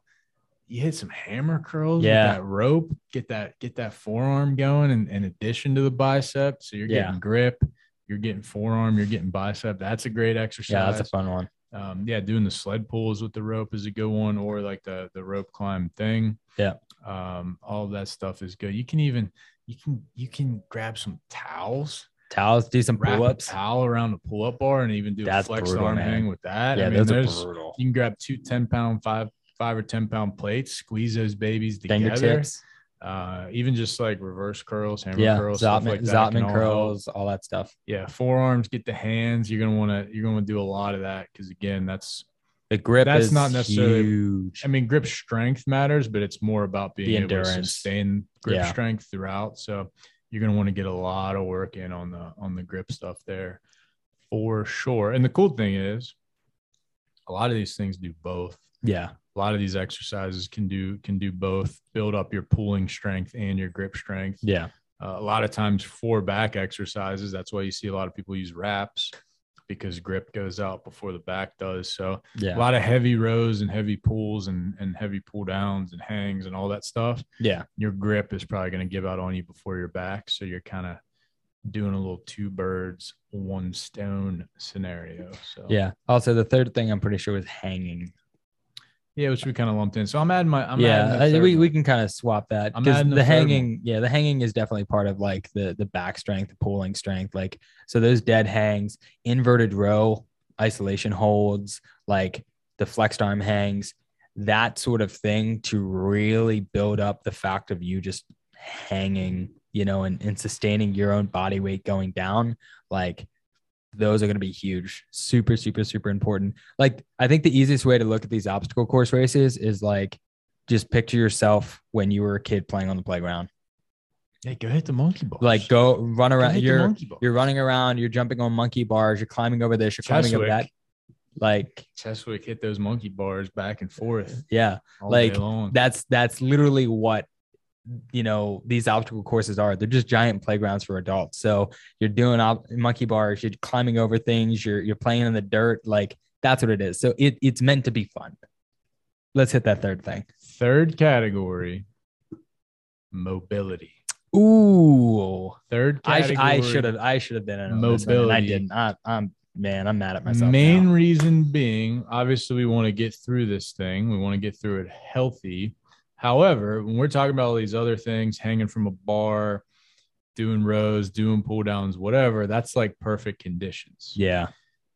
B: You hit some hammer curls
A: Yeah.
B: with that rope, get that get that forearm going in, in addition to the bicep. So you're
A: Yeah.
B: getting grip, you're getting forearm, you're getting bicep. That's a great exercise.
A: Yeah, that's a fun one.
B: um, yeah, doing the sled pulls with the rope is a good one, or like the the rope climb thing.
A: Yeah.
B: Um, all of that stuff is good. You can even you can you can grab some towels,
A: Towels, do some
B: wrap
A: pull
B: a
A: ups.
B: towel around a pull up bar, and even do
A: That's
B: a flexed
A: brutal,
B: arm
A: man.
B: hang with that.
A: Yeah,
B: I mean,
A: those
B: there's-
A: are brutal.
B: you can grab two 10 pound, five, five or 10 pound plates, squeeze those babies together.
A: Fingertips.
B: Uh, even just like reverse curls, hammer
A: Yeah,
B: curls, stuff
A: Zottman,
B: like that can
A: Zottman
B: all help.
A: curls, all that stuff.
B: Yeah. Forearms, get the hands. You're going to want to, you're going to do a lot of that. Cause again, that's,
A: The grip
B: That's
A: is
B: not necessarily-
A: huge.
B: I mean, grip strength matters, but it's more about being
A: The
B: able to
A: endurance.
B: sustain grip
A: Yeah.
B: strength throughout. So you're going to want to get a lot of work in on the, on the grip stuff there for sure. And the cool thing is a lot of these things do both.
A: yeah,
B: a lot of these exercises can do can do both build up your pulling strength and your grip strength
A: yeah,
B: uh, a lot of times for back exercises that's why you see a lot of people use wraps because grip goes out before the back does so a
A: yeah,
B: lot of heavy rows and heavy pulls and, and heavy pull downs and hangs and all that stuff
A: yeah,
B: your grip is probably going to give out on you before your back so you're kind of doing a little two birds one stone scenario so
A: yeah. Also, the third thing I'm pretty sure was hanging.
B: yeah which we kind of lumped in so i'm adding my i'm
A: yeah,
B: adding the
A: I-
B: third
A: we,
B: one.
A: we can kind of swap that
B: I'm
A: because
B: adding a
A: the
B: third one.
A: hanging, yeah, the hanging is definitely part of like the the back strength, the pulling strength. Like so, those dead hangs, inverted row, isolation holds, like the flexed arm hangs, that sort of thing to really build up the fact of you just hanging, you know, and, and sustaining your own body weight going down. Like those are going to be huge, super, super, super important. Like I think the easiest way to look at these obstacle course races is like just picture yourself when you were a kid playing on the playground.
B: Yeah, go hit the monkey bars.
A: Like go run
B: Go
A: around.
B: hit the
A: You're
B: monkey bars.
A: you're running around. You're jumping on monkey bars. You're climbing over this. You're climbing
B: Cheswick.
A: over that. Like
B: Cheswick hit those monkey bars back and forth
A: yeah,
B: all
A: Like,
B: day long.
A: that's that's literally what you know these obstacle courses are. They're just giant playgrounds for adults. So you're doing ob- monkey bars. You're climbing over things. You're you're playing in the dirt. Like that's what it is. So it it's meant to be fun. Let's hit that third thing.
B: Third category, mobility.
A: Ooh.
B: Third
A: I,
B: category.
A: I should have I should have been in on this one, and I
B: Mobility.
A: didn't. I, I'm man. I'm mad at myself.
B: Main
A: now.
B: reason being, obviously, we want to get through this thing. We want to get through it healthy. However, when we're talking about all these other things, hanging from a bar, doing rows, doing pull downs, whatever, that's like perfect conditions.
A: Yeah,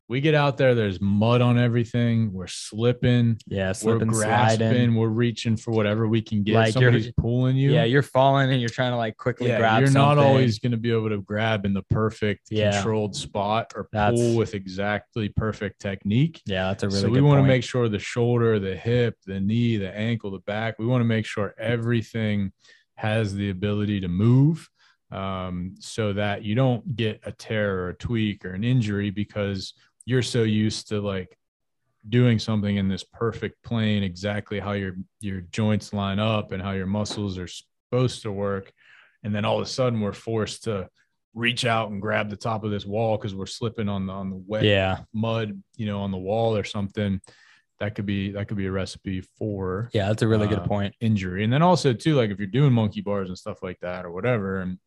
B: We get out there, there's mud on everything. We're slipping.
A: yeah.
B: we're
A: Slipping,
B: grasping,
A: sliding.
B: we're reaching for whatever we can get.
A: Like, you're-
B: Somebody's pulling you.
A: Yeah, you're falling and you're trying to like quickly
B: Yeah,
A: grab.
B: you're not
A: something.
B: always going to be able to grab in the perfect
A: Yeah.
B: controlled spot or
A: That's-
B: pull with exactly perfect technique.
A: Yeah, that's a really.
B: so we
A: good
B: want to
A: point.
B: make sure the shoulder, the hip, the knee, the ankle, the back. We want to make sure everything has the ability to move, um, so that you don't get a tear or a tweak or an injury because you're so used to like doing something in this perfect plane, exactly how your your joints line up and how your muscles are supposed to work, and then all of a sudden we're forced to reach out and grab the top of this wall because we're slipping on the on the wet
A: Yeah,
B: mud, you know, on the wall or something, that could be that could be a recipe for
A: yeah, that's a really good
B: Uh,
A: point.
B: injury. And then also too, like if you're doing monkey bars and stuff like that or whatever, and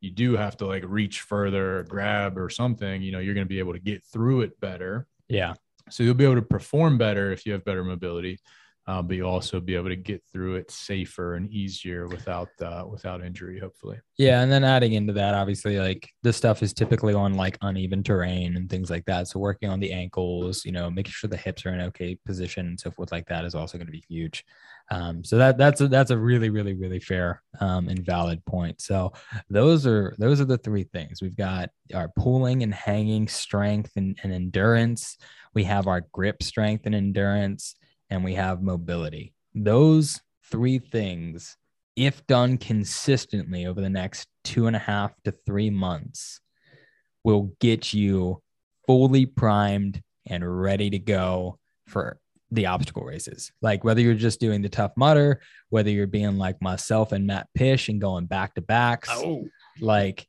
B: you do have to like reach further, or grab or something, you know, you're going to be able to get through it better.
A: Yeah,
B: So you'll be able to perform better if you have better mobility. uh, but you'll also be able to get through it safer and easier without uh, without injury, hopefully.
A: Yeah, and then adding into that, obviously, like this stuff is typically on like uneven terrain and things like that. So working on the ankles, you know, making sure the hips are in okay position and so forth like that is also going to be huge. Um, so that that's a, that's a really really really fair um, and valid point. So those are those are the three things we've got: our pulling and hanging strength and, and endurance. We have our grip strength and endurance, and we have mobility. Those three things if done consistently over the next two and a half to three months, will get you fully primed and ready to go for the obstacle races. Like whether you're just doing the tough mutter, whether you're being like myself and Matt Pish and going back to backs,
B: Oh,
A: like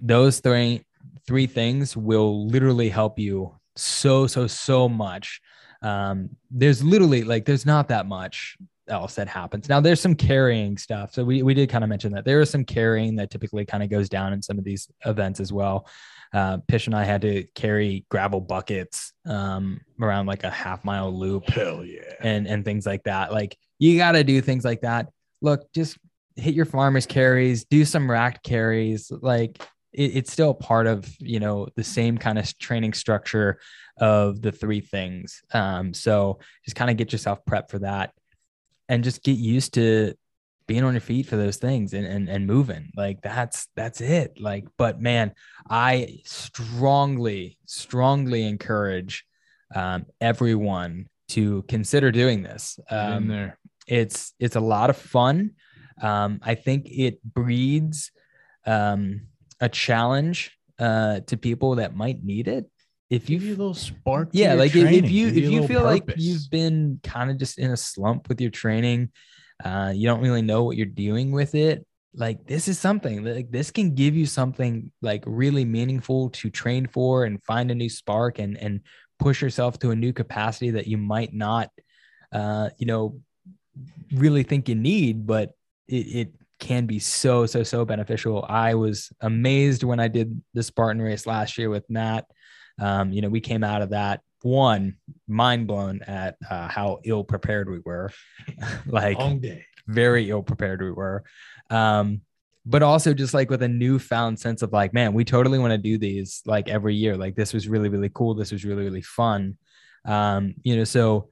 A: those three three things will literally help you so so so much. Um, there's literally like there's not that much else that happens. Now there's some carrying stuff. So we, we did kind of mention that there is some carrying that typically kind of goes down in some of these events as well. Uh, Pish and I had to carry gravel buckets um, around like a half mile loop
B: Hell yeah.
A: and and things like that. Like you got to do things like that. Look, just hit your farmers carries, do some rack carries. Like it, it's still part of you know the same kind of training structure of the three things. Um, so just kind of get yourself prepped for that, and just get used to being on your feet for those things and and and moving. Like that's that's it. Like, but man, I strongly strongly encourage um, everyone to consider doing this.
B: Get in
A: Um,
B: there.
A: it's it's a lot of fun um, i think it breeds um, a challenge uh, to people that might need it if
B: Give you a
A: you
B: little spark. to
A: yeah
B: your
A: like if, if
B: training.
A: you
B: Give
A: if
B: a
A: you
B: little
A: feel like
B: purpose.
A: you've been kind of just in a slump with your training uh, you don't really know what you're doing with it like this is something like this can give you something like really meaningful to train for and find a new spark and and push yourself to a new capacity that you might not uh, you know really think you need, but it, it can be so, so, so beneficial. I was amazed when I did the Spartan race last year with Matt. Um, you know, we came out of that one mind blown at uh, how ill prepared we were. like,
B: long day.
A: very ill prepared we were. Um, but also just like with a newfound sense of like, man, we totally want to do these like every year. Like this was really, really cool. This was really, really fun. Um, you know, so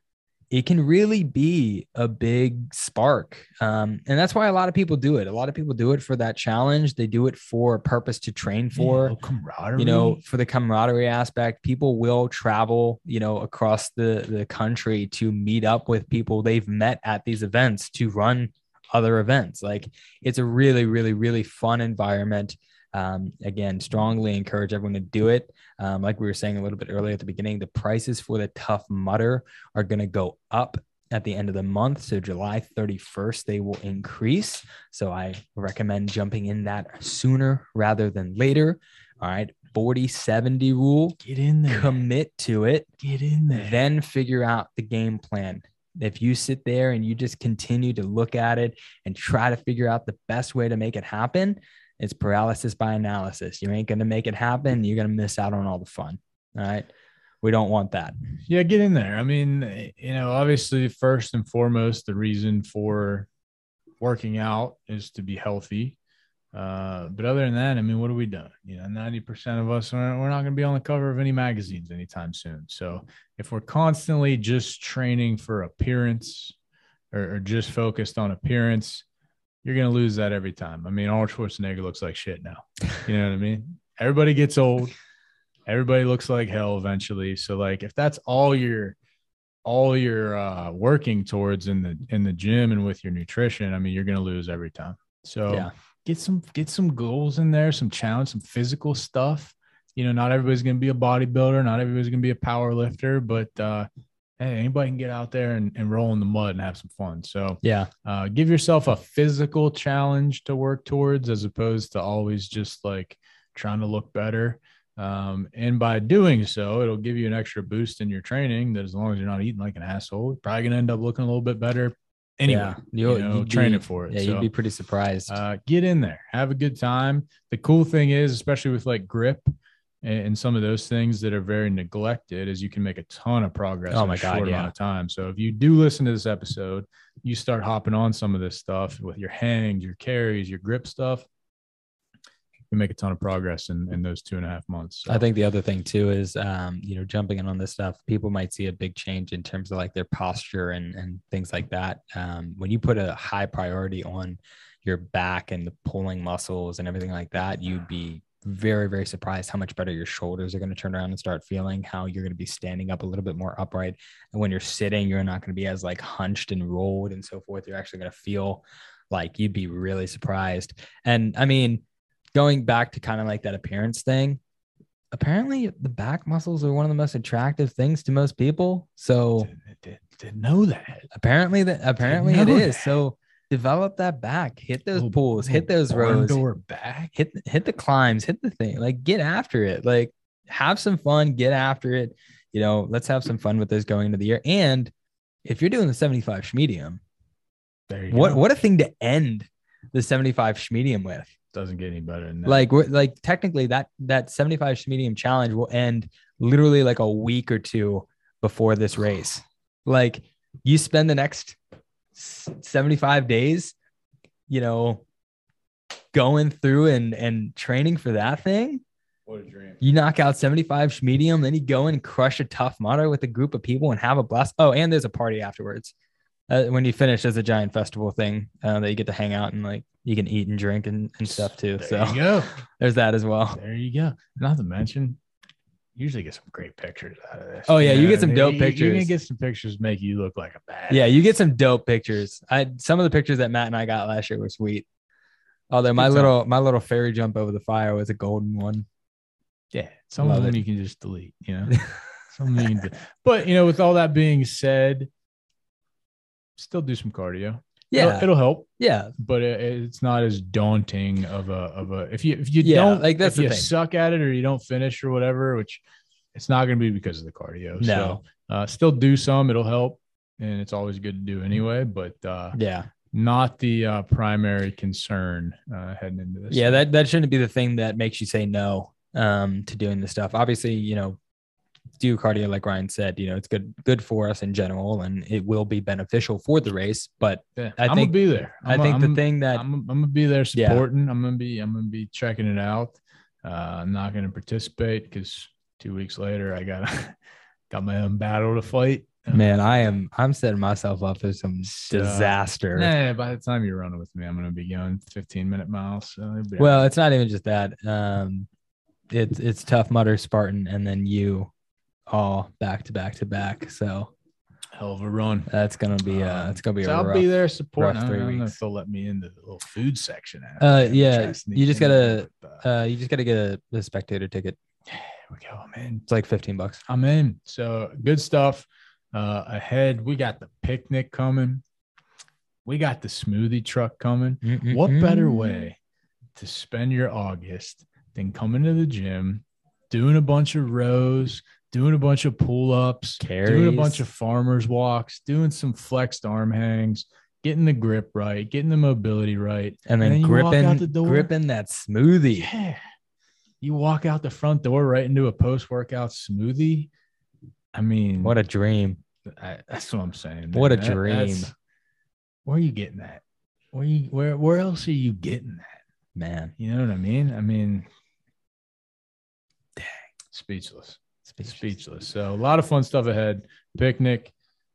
A: it can really be a big spark. Um, and that's why a lot of people do it. A lot of people do it for that challenge. They do it for a purpose to train for
B: Yeah, little camaraderie.
A: you know for the camaraderie aspect people will travel you know across the the country to meet up with people they've met at these events to run other events like it's a really really really fun environment um, again strongly encourage everyone to do it um, like we were saying a little bit earlier at the beginning the prices for the tough mutter are going to go up at the end of the month so july 31st they will increase so i recommend jumping in that sooner rather than later all right. 40 70 rule.
B: get in there.
A: Commit to it.
B: get in there.
A: Then figure out the game plan. If you sit there and you just continue to look at it and try to figure out the best way to make it happen, it's paralysis by analysis. You ain't going to make it happen. You're going to miss out on all the fun. All right. We don't want that.
B: Yeah, get in there. I mean, you know, obviously, first and foremost, the reason for working out is to be healthy. Uh, but other than that, I mean, what are we doing? You know, ninety percent of us are we're not going to be on the cover of any magazines anytime soon. So if we're constantly just training for appearance or, or just focused on appearance, you're going to lose that every time. I mean, Arnold Schwarzenegger looks like shit now. You know what I mean? Everybody gets old. Everybody looks like hell eventually. So like, if that's all you're all you're uh, working towards in the in the gym and with your nutrition, I mean, you're going to lose every time. So
A: Yeah.
B: get some get some goals in there, some challenge, some physical stuff. You know, not everybody's going to be a bodybuilder, not everybody's going to be a power lifter, but uh, hey, anybody can get out there and, and roll in the mud and have some fun. So
A: Yeah.
B: uh, give yourself a physical challenge to work towards as opposed to always just like trying to look better um, and by doing so it'll give you an extra boost in your training that as long as you're not eating like an asshole you're probably going to end up looking a little bit better anyway
A: yeah.
B: you
A: You'll-
B: know,
A: you'd
B: train
A: be-
B: it for it
A: Yeah.
B: so.
A: You'd be pretty surprised.
B: Uh, get in there, have a good time. The cool thing is, especially with like grip, and, and some of those things that are very neglected is you can make a ton of progress
A: Oh
B: in
A: my
B: a
A: God,
B: short
A: yeah.
B: amount of time. So if you do listen to this episode, you start hopping on some of this stuff with your hangs, your carries, your grip stuff, you can make a ton of progress in, in those two and a half months. So
A: I think the other thing too is, um, you know, jumping in on this stuff, people might see a big change in terms of like their posture and and things like that. Um, when you put a high priority on your back and the pulling muscles and everything like that, you'd be very very surprised how much better your shoulders are going to turn around and start feeling. How you're going to be standing up a little bit more upright, and when you're sitting, you're not going to be as like hunched and rolled and so forth. You're actually going to feel like you'd be really surprised. And I mean, going back to kind of like that appearance thing apparently the back muscles are one of the most attractive things to most people. So
B: Didn't- didn't- didn't know that.
A: apparently that apparently it
B: know
A: is.
B: that.
A: So develop that back, hit those
B: Little-
A: pulls, hit
B: little
A: those
B: Oh, barn
A: rows,
B: Door back.
A: hit hit the climbs, hit the thing. Like get after it. Like have some fun, get after it. You know, let's have some fun with this going into the year. And if you're doing the 75 schmedium,
B: There you
A: what
B: go.
A: what a thing to end the 75 schmedium with.
B: doesn't get any better than that?
A: Like we're like technically that that 75 medium challenge will end literally like a week or two before this race. Like you spend the next s- 75 days, you know, going through and and training for that thing.
B: what a dream.
A: You knock out 75 medium, then you go and crush a tough motto with a group of people and have a blast. Oh, and there's a party afterwards. Uh, when you finish, there's a giant festival thing uh, that you get to hang out and like you can eat and drink and, and stuff too.
B: There
A: so
B: you go.
A: there's that as well.
B: There you go. Not to mention, usually get some great pictures out of this.
A: Oh, yeah, you get
B: what I
A: some
B: mean?
A: dope
B: You- You can
A: pictures.
B: get some pictures make you look like a badass.
A: Yeah, you get some dope pictures. I some of the pictures that Matt and I got last year were sweet. Although my
B: Good time.
A: little my little fairy jump over the fire was a golden one.
B: yeah. Some
A: Love
B: of them
A: it.
B: you can just delete. You know, some you can. De- but you know, with all that being said, still do some cardio.
A: Yeah,
B: it'll, it'll help,
A: yeah,
B: but it, it's not as daunting of a of a if you if you
A: Yeah,
B: don't
A: like, that's
B: if
A: the
B: you
A: thing.
B: suck at it or you don't finish or whatever, which it's not going to be because of the cardio. So,
A: no,
B: Uh, still do some; it'll help, and it's always good to do anyway. But uh,
A: yeah,
B: not the uh, primary concern uh, heading into this.
A: yeah. That that shouldn't be the thing that makes you say no um, to doing this stuff. Obviously, you know, do cardio like Ryan said. You know, it's good good for us in general, and it will be beneficial for the race. But
B: Yeah,
A: I
B: I'm
A: think-
B: gonna be there.
A: i
B: I'm a-
A: think the
B: I'm-
A: thing that
B: I'm, I'm gonna be there
A: Yeah.
B: supporting. I'm gonna be I'm gonna be checking it out. Uh, I'm not gonna participate because two weeks later I got got my own battle to fight. Uh,
A: man, I am I'm setting myself up for some
B: So-
A: disaster.
B: Nah, by the time you're running with me, I'm gonna be going 15 minute miles. So it'll be all
A: Well, it's not even just that. Um, it's it's tough mutter Spartan and then you all back to back to back. So
B: right. hell of a run.
A: that's gonna be uh
B: Um,
A: it's gonna be
B: so
A: a
B: I'll
A: rough.
B: be there
A: rough
B: supporting. I don't, I
A: three
B: don't know
A: weeks.
B: if they'll let me into the little food section. after.
A: Uh,
B: I'm gonna
A: yeah,
B: try to sneak
A: you just
B: in there,
A: gotta,
B: but, uh,
A: Uh, you just gotta get a, a spectator ticket.
B: here we go, man.
A: It's like fifteen bucks.
B: I'm in. So good stuff uh, ahead. We got the picnic coming. We got the smoothie truck coming. What better
A: Mm-hmm.
B: way to spend your August than coming to the gym, doing a bunch of rows, doing a bunch of pull ups, doing a bunch
A: Carries.
B: of farmers walks, doing some flexed arm hangs, getting the grip right, getting the mobility right.
A: And then,
B: And then you walk out
A: gripping,
B: the door.
A: gripping that smoothie.
B: Yeah. You walk out the front door right into a post workout smoothie. I mean,
A: What a dream!
B: I, that's what I'm saying.
A: What
B: man.
A: a
B: That- that's-
A: dream.
B: where are you getting that? Where you where where else are you getting that?
A: Man,
B: You know what I mean? I mean, dang, speechless,
A: Speechless.
B: speechless. So a lot of fun stuff ahead. Picnic,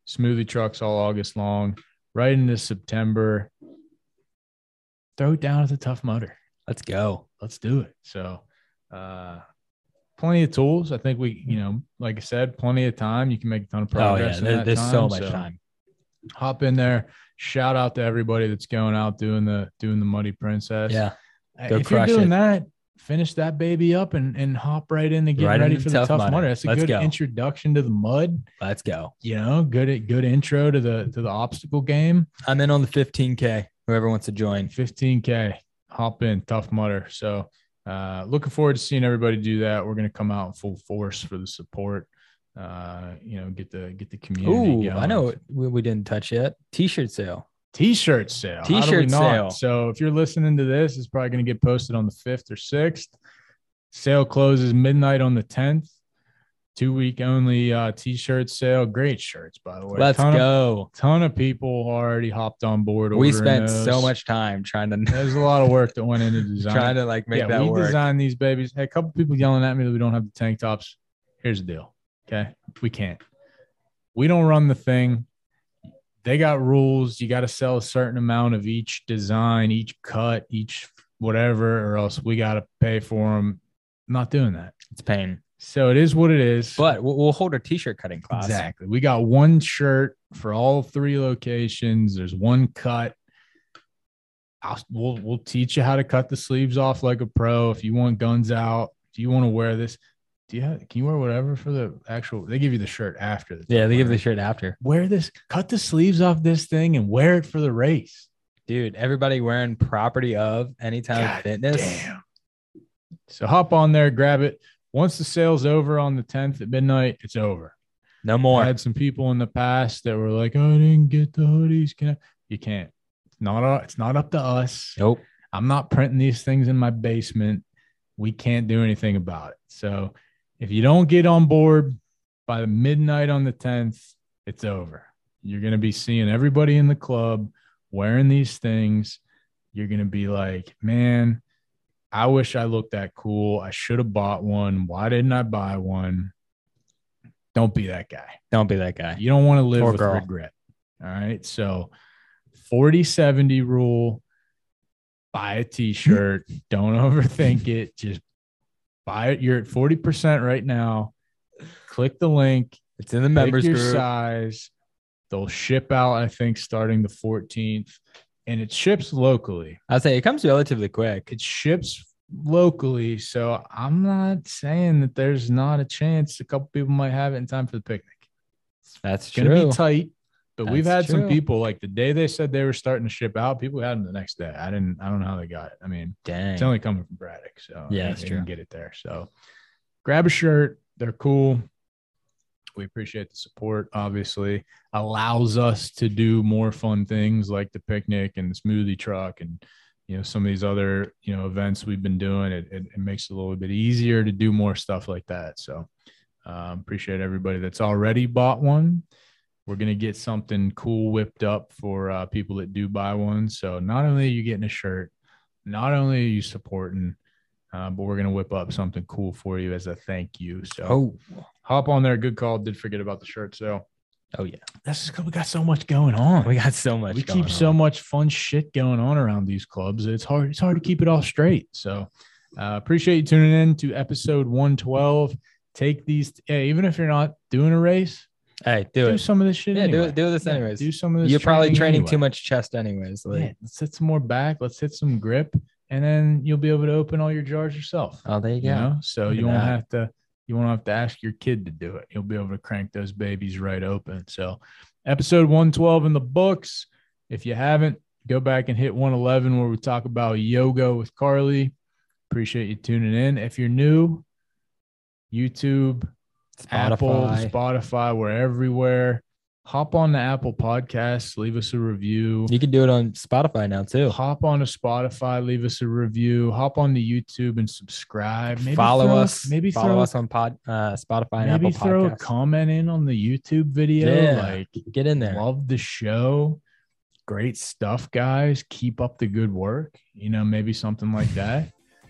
B: smoothie trucks all August long, right into September. Throw it down at the Tough Mudder.
A: let's go.
B: Let's do it. So, uh, plenty of tools. I think we, you know, like I said, plenty of time. You can make a ton of
A: Oh
B: progress.
A: yeah,
B: in
A: there-
B: that
A: there's so
B: time.
A: much time.
B: hop in there. Shout out to everybody that's going out doing the doing the Muddy Princess.
A: Yeah,
B: Uh,
A: go
B: if you're
A: crush
B: doing
A: it.
B: that, finish that baby up and and hop right into getting
A: Right
B: ready
A: into
B: for the
A: Tough
B: tough
A: Mudder.
B: mudder. That's a
A: Let's
B: good
A: go.
B: introduction to the mud.
A: let's go.
B: You know, good good intro to the to the obstacle game.
A: I'm in on the 15k. Whoever wants to join.
B: 15k, hop in tough mudder. So. Uh, looking forward to seeing everybody do that. We're going to come out in full force for the support. Uh, you know, get the get the
A: Ooh,
B: community.
A: I
B: going.
A: know what we, we didn't touch yet. T-shirt sale.
B: T-shirt sale. How do we
A: T-shirt
B: not?
A: sale.
B: So if you're listening to this, it's probably going to get posted on the fifth or sixth. Sale closes midnight on the 10th. Two week only uh, t shirt sale. Great shirts, by the way.
A: Let's
B: Ton of-
A: go.
B: ton of people already hopped on board.
A: We
B: ordering
A: spent so
B: those.
A: much time trying to
B: There's a lot of work that went into design.
A: trying to like make
B: yeah,
A: that
B: we
A: work.
B: designed these babies. Hey, a couple people yelling at me that we don't have the tank tops. Here's the deal. Okay. We can't. We don't run the thing. They got rules. You got to sell a certain amount of each design, each cut, each whatever, or else we got to pay for them. Not doing that.
A: it's pain,
B: So it is what it is.
A: but we'll, we'll hold a t-shirt cutting class.
B: Exactly. We got one shirt for all three locations. There's one cut. I'll, we'll we'll teach you how to cut the sleeves off like a pro. If you want guns out, if you want to wear this, do you have, can you wear whatever for the actual? They give you the shirt after. The
A: Yeah, they give the shirt after.
B: wear this. Cut the sleeves off this thing and wear it for the race.
A: Dude, everybody wearing property of Anytime
B: God
A: Fitness.
B: Damn. So hop on there, grab it. Once the sale's over on the 10th at midnight, it's over.
A: No more.
B: I had some people in the past that were like, "Oh, "I didn't get the hoodies." Can I? You can't. It's not. our- It's not up to us.
A: nope.
B: I'm not printing these things in my basement. We can't do anything about it. So, if you don't get on board by the midnight on the 10th, it's over. You're gonna be seeing everybody in the club wearing these things. You're gonna be like, man. I wish I looked that cool. I should have bought one. Why didn't I buy one? Don't be that guy.
A: Don't be that guy.
B: You don't want to live
A: Poor
B: with
A: girl.
B: regret. All right. So 40 70 rule buy a t shirt. don't overthink it. Just buy it. You're at 40% right now. Click the link,
A: It's in the members
B: members pick your
A: group.
B: size. They'll ship out, I think, starting the 14th. And it ships locally.
A: I'd say it comes relatively quick.
B: It ships locally. So I'm not saying that there's not a chance a couple people might have it in time for the picnic.
A: That's
B: It's gonna
A: true.
B: be tight. But we've had
A: That's
B: some
A: true.
B: people like the day they said they were starting to ship out, people had them the next day. I didn't. I don't know how they got it. I mean,
A: Dang.
B: it's only coming from Braddock, so
A: Yeah,
B: they-
A: that's
B: they can
A: true.
B: Get it there. So grab a shirt. They're cool. We appreciate the support. Obviously, allows us to do more fun things like the picnic and the smoothie truck and you know some of these other you know events we've been doing it, it, it makes it a little bit easier to do more stuff like that so um, appreciate everybody that's already bought one we're going to get something cool whipped up for uh, people that do buy one so not only are you getting a shirt not only are you supporting uh, but we're going to whip up something cool for you as a thank you so
A: oh,
B: hop on there good call did forget about the shirt sale
A: oh yeah.
B: that's just 'cause we got so much going on
A: We got so much.
B: we
A: going
B: keep so
A: on.
B: much fun shit going on around these clubs. It's hard. It's hard to keep it all straight. So uh, appreciate you tuning in to episode 112. Take these, yeah, even if you're not doing a race,
A: Hey, do
B: do,
A: it.
B: some of this shit.
A: Yeah,
B: anyway.
A: do it. Do this
B: Yeah,
A: anyways.
B: do some of this.
A: You're probably training
B: anyway.
A: too much chest anyways. Like,
B: Yeah, let's hit some more back. Let's hit some grip, and then you'll be able to open all your jars yourself.
A: Oh, there you go.
B: You know? So
A: Look
B: you
A: at
B: won't
A: that.
B: have to you won't have to ask your kid to do it. You'll be able to crank those babies right open. So episode 112 in the books. If you haven't, go back and hit 111 where we talk about yoga with Carly. Appreciate you tuning in. If you're new, YouTube, Apple,
A: Spotify.
B: Spotify, we're everywhere. Hop on the Apple Podcasts, leave us a review.
A: You can do it on Spotify now too.
B: Hop on to Spotify, leave us a review. Hop on to YouTube and subscribe. Maybe
A: follow
B: throw-
A: us.
B: Maybe
A: follow
B: throw,
A: us on Pod uh, Spotify and
B: Maybe
A: Apple
B: throw a
A: Podcasts.
B: comment in on the YouTube video.
A: Yeah,
B: like,
A: Get in there.
B: love the show. Great stuff, guys. Keep up the good work. You know, maybe something like that.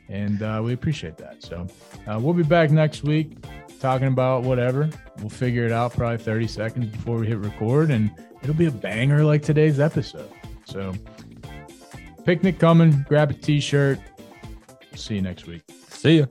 B: And uh, we appreciate that. So uh, we'll be back next week talking about whatever. We'll figure it out probably 30 seconds before we hit record, and it'll be a banger like today's episode. So, picnic coming. Grab a t shirt. See you next week.
A: See ya.